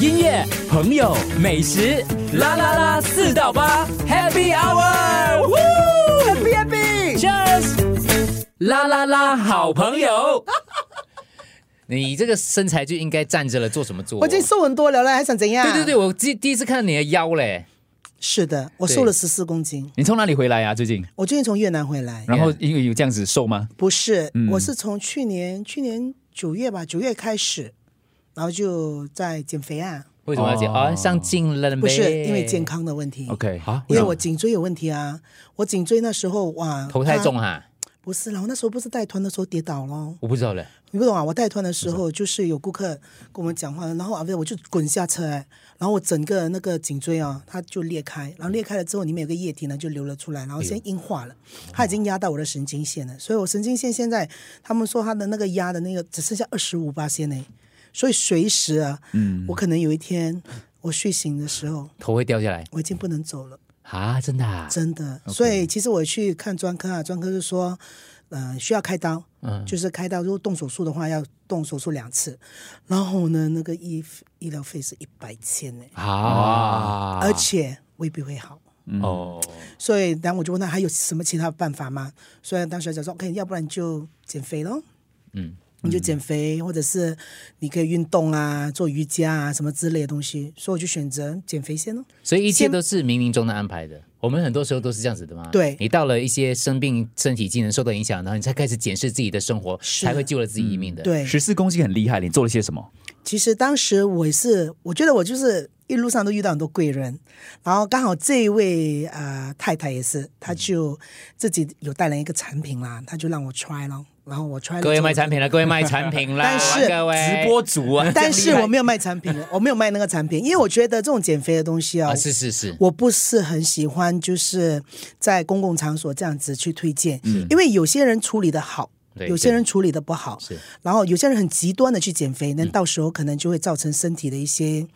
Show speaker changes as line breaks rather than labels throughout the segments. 音乐、朋友、美食，啦啦啦，四到八，Happy Hour，Happy Happy，Cheers，啦啦啦，好朋友。 你这个身材就应该站着了，做什么做？
我已经瘦很多了了，还想怎样？
对对对，，我第第一次看到你的腰嘞。
是的，我
对
瘦了十四公斤。
你从哪里回来啊？最近？
我最近从越南回来，
然后因为有这样子瘦吗？
不是，
嗯
我是从去年去年九月吧，九月开始，然后就在减肥啊，
为什么要减？
哦
啊、上镜了呗
不是因为健。康的问题
OK，
啊
因为我颈椎有问题啊，我颈椎那时候哇，
头太
它
重哈，
不是啦，我那时候不是带团的时候跌倒咯。
我不知道嘞。
你不懂啊！我带团的时候，就是有顾客跟我们讲话，然后啊，不是我就滚下车，哎然后我整个那个颈椎啊，它就裂开，然后裂开了之后，里面有个液体呢就流了出来，然后先硬化了，它已经压到我的神经线了，所以我神经线现在他们说它的那个压的那个只剩下二十五八线呢，所以随时啊，我可能有一天我睡醒的时候，
头会掉下来
我已经不能走了。
啊！真的、啊，
真的。所以其实我去看专科啊，专科就说，呃，需要开刀，
嗯
就是开刀，如果动手术的话要动手术两次，然后呢，那个 E 医医疗费是一百千呢，
啊，
而且未必会好。
哦，
所以，然后我就问他还有什么其他办法吗？所以当时讲说，OK，要不然你就减肥咯，
嗯，
你就减肥，或者是你可以运动啊，做瑜伽啊，什么之类的东西。所以我就选择减肥先咯。
所以一切
先
都是冥冥中的安排的。我们很多时候都是这样子的嘛。
对
你到了一些生病、身体机能受到影响，然后你才开始检视自己的生活，
是嗯
才会救了自己一命的。，
对，
十四公斤很厉害，你做了些什么？
其实当时我也是，我觉得我就是一路上都遇到很多贵人，然后刚好这一位呃太太也是，她就自己有带来一个产品啦，她就让我 try 咯，然后我 try 了
各位卖
之后
产品了，各位卖产品啦，
但是
各位
直播主啊，
但是我没有卖产品，我没有卖那个产品，因为我觉得这种减肥的东西哦，
啊，是是是，
我不是很喜欢就是在公共场所这样子去推荐，
嗯
因为有些人处理的好。
对
有些人处理的不好
是，嗯
然后有些人很极端的去减肥，那到时候可能就会造成身体的一些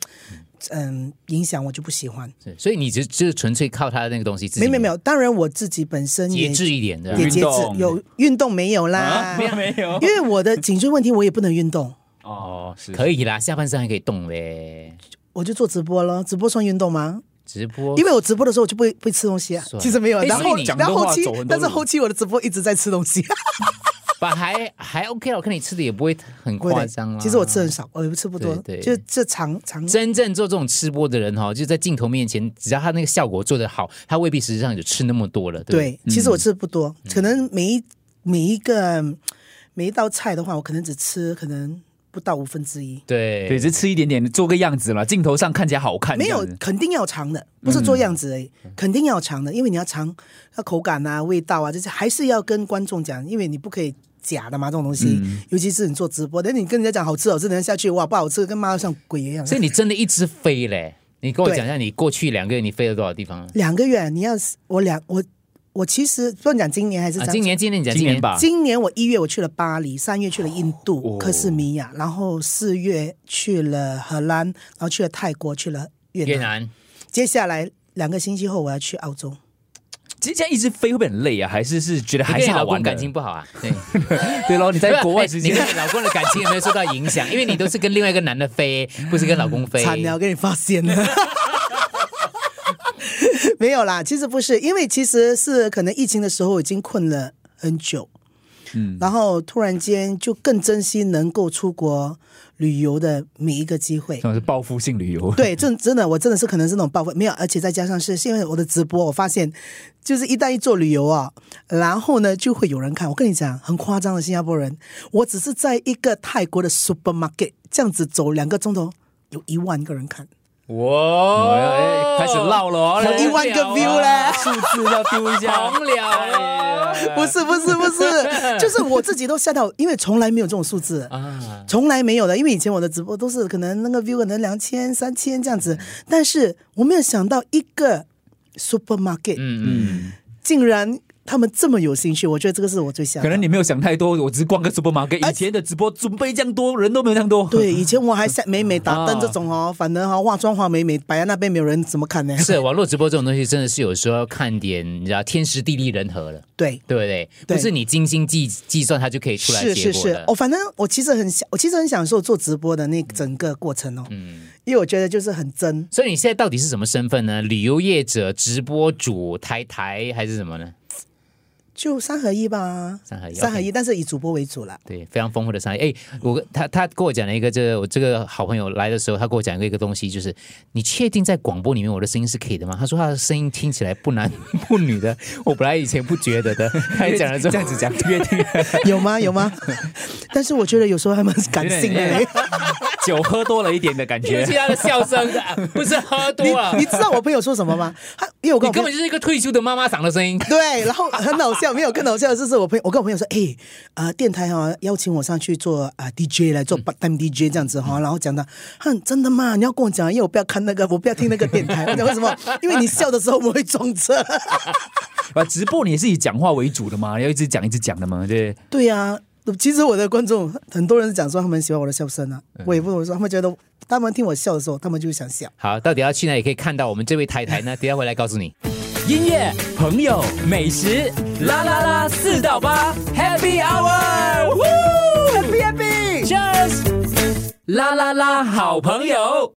嗯影响，我就不喜欢。
是所以你只就是纯粹靠他的那个东西，自己
没没没有，当然我自己本身也
节制一点的。
也节
运
制
动，
有运动没有啦
啊，，没有
因为我的颈椎问题我也不能运动，
哦，是
可以啦，下半身还可以动嘞，
我就做直播咯，直播算运动吗？
直播。
因为我直播的时候我就不会不会吃东西啊
算，了
其实没有，
哎
然
所以
后
你
讲的
然后
话
后期
走很多路
但是后期我的直播一直在吃东西，
吧，还还 OK 了，我看你吃的也不会很
不 会
夸
的
张啦。
其实我吃很少，我也吃不多，
对对
就这长长
真正做这种吃播的人哈、哦，就在镜头面前，只要他那个效果做得好，他未必实际上有吃那么多了，对嗯
对，其实我吃不多，可能每一每一个每一道菜的话，我可能只吃可能不到五分之一。
不对
对，
对
只是吃一点点，做个样子啦，镜头上看起来好
啊
看。
没
这
有
样子，
肯定要尝的，
嗯
不是做样子而已，肯定要尝的，因为你要尝它口感啊、味道啊这些，还是要跟观众讲，因为你不可以假的嘛，这种东西，
嗯
尤其是你做直播，等你跟人家讲好吃好吃，人家下去哇不好吃，跟妈像鬼一样。
所以你真的一直飞嘞。你跟我
对
讲一下，你过去两个月你飞了多少地方了？啊
两个月，你要是我两我我其实不能讲今年还是
啊，
讲
今年今年你讲
今年，吧，
今年我一月我去了巴黎，三月去了印度、
哦
克什米亚，然后四月去了荷兰，然后去了泰国，去了越南。
越南
接下来两个星期后我要去澳洲，
其实这样一直飞会不会很累啊？还是是觉得还
你
是
跟你
好
老
玩
公
的
感情？不好 啊？对，
对咯，你在国 外之
你跟
前
你老公的感情有没有受到影响？因为你都是跟另外一个男的飞，不是跟老公飞。
惨了，给你发现了。 没有啦，其实不是，因为其实是可能疫情的时候已经困了很久，嗯，然后突然间就更珍惜能够出国旅游的每一个机会。
像是报复性旅游，
对，真真的，我真的是可能是那种报复，没有，而且再加上是是因为我的直播，我发现就是一旦一做旅游啊，然后呢就会有人看。我跟你讲，很夸张的新加坡人，我只是在一个泰国的 supermarket 这样子走两个钟头，有一万个人看，
哇
哎，开始唠了哦，
有一万个 view 嘞。
数字要丢一下，
红了了
不是不是不是，就是我自己都吓到，因为从来没有这种数字，
啊！
从来没有的。因为以前我的直播都是可能那个 view 可能两千、三千这样子，但是我没有想到一个 supermarket，
嗯嗯，
竟然他们这么有兴趣，我觉得这个是我最吓到。
可能你没有想太多，我只是逛个 supermarket。以前的直播准备这样多，人都没有这样多。
对，以前我还晒美美打灯
啊
这种哦，反正哈化妆化美美摆在那边，没有人怎么看 呢？
是网络直播这种东西，真的是有时候要看点，你知道天时地利人和了，
对，
对不对？
对
不是你精心计计算，它就可以出来
是
结
是
果
是哦
的，。
我反正我其实很享，我其实很享受做直播的那整个过程哦，
嗯，
因为我觉得就是很真。
所以你现在到底是什么身份呢？旅游业者、直播主、台台还是什么呢？
就三合一吧，
三合一
三合一，
OK
但是以主播为主啦。
对，非常丰富的商业。哎，我他他跟我讲了一个，这个我这个好朋友来的时候，他跟我讲一个一个东西，就是你确定在广播里面我的声音是可以的吗？他说他的声音听起来不男 不女的，我本来以前不觉得的，他也讲了之后这样 子讲，
越听
有吗？有吗？但是我觉得有时候还蛮感性的嘞。
酒喝多了一点的感
尤
觉
其。他的笑声， 不是喝多了，
你你知道我朋友说什么吗？他因为我
你
跟
根
我朋
本
友
就是一个退休的妈妈嗓的声音。
对，然后很搞笑，没有更搞笑的是，是我朋友，我跟我朋友说，哎、啊、电台哈、邀请我上去做啊、DJ 来做
嗯
part time DJ 这样子哈、然后讲到，哼，真的吗？你要跟我讲，因为我不要看那个，我不要听那个电台，我讲为什么？因为你笑的时候我会撞车。
啊，直播你也是以讲话为主的嘛，要一直讲一直讲的嘛，对。
对呀、其实我的观众很多人讲说他们喜欢我的笑声啊，
嗯
我也不懂说，他们觉得他们听我笑的时候，他们就想笑。
好，到底要去哪里可以看到我们这位台台呢？等一下回来告诉你。
音乐、朋友、美食，啦啦啦，四到八，Happy Hour，Happy Happy，Cheers，啦啦啦，好朋友。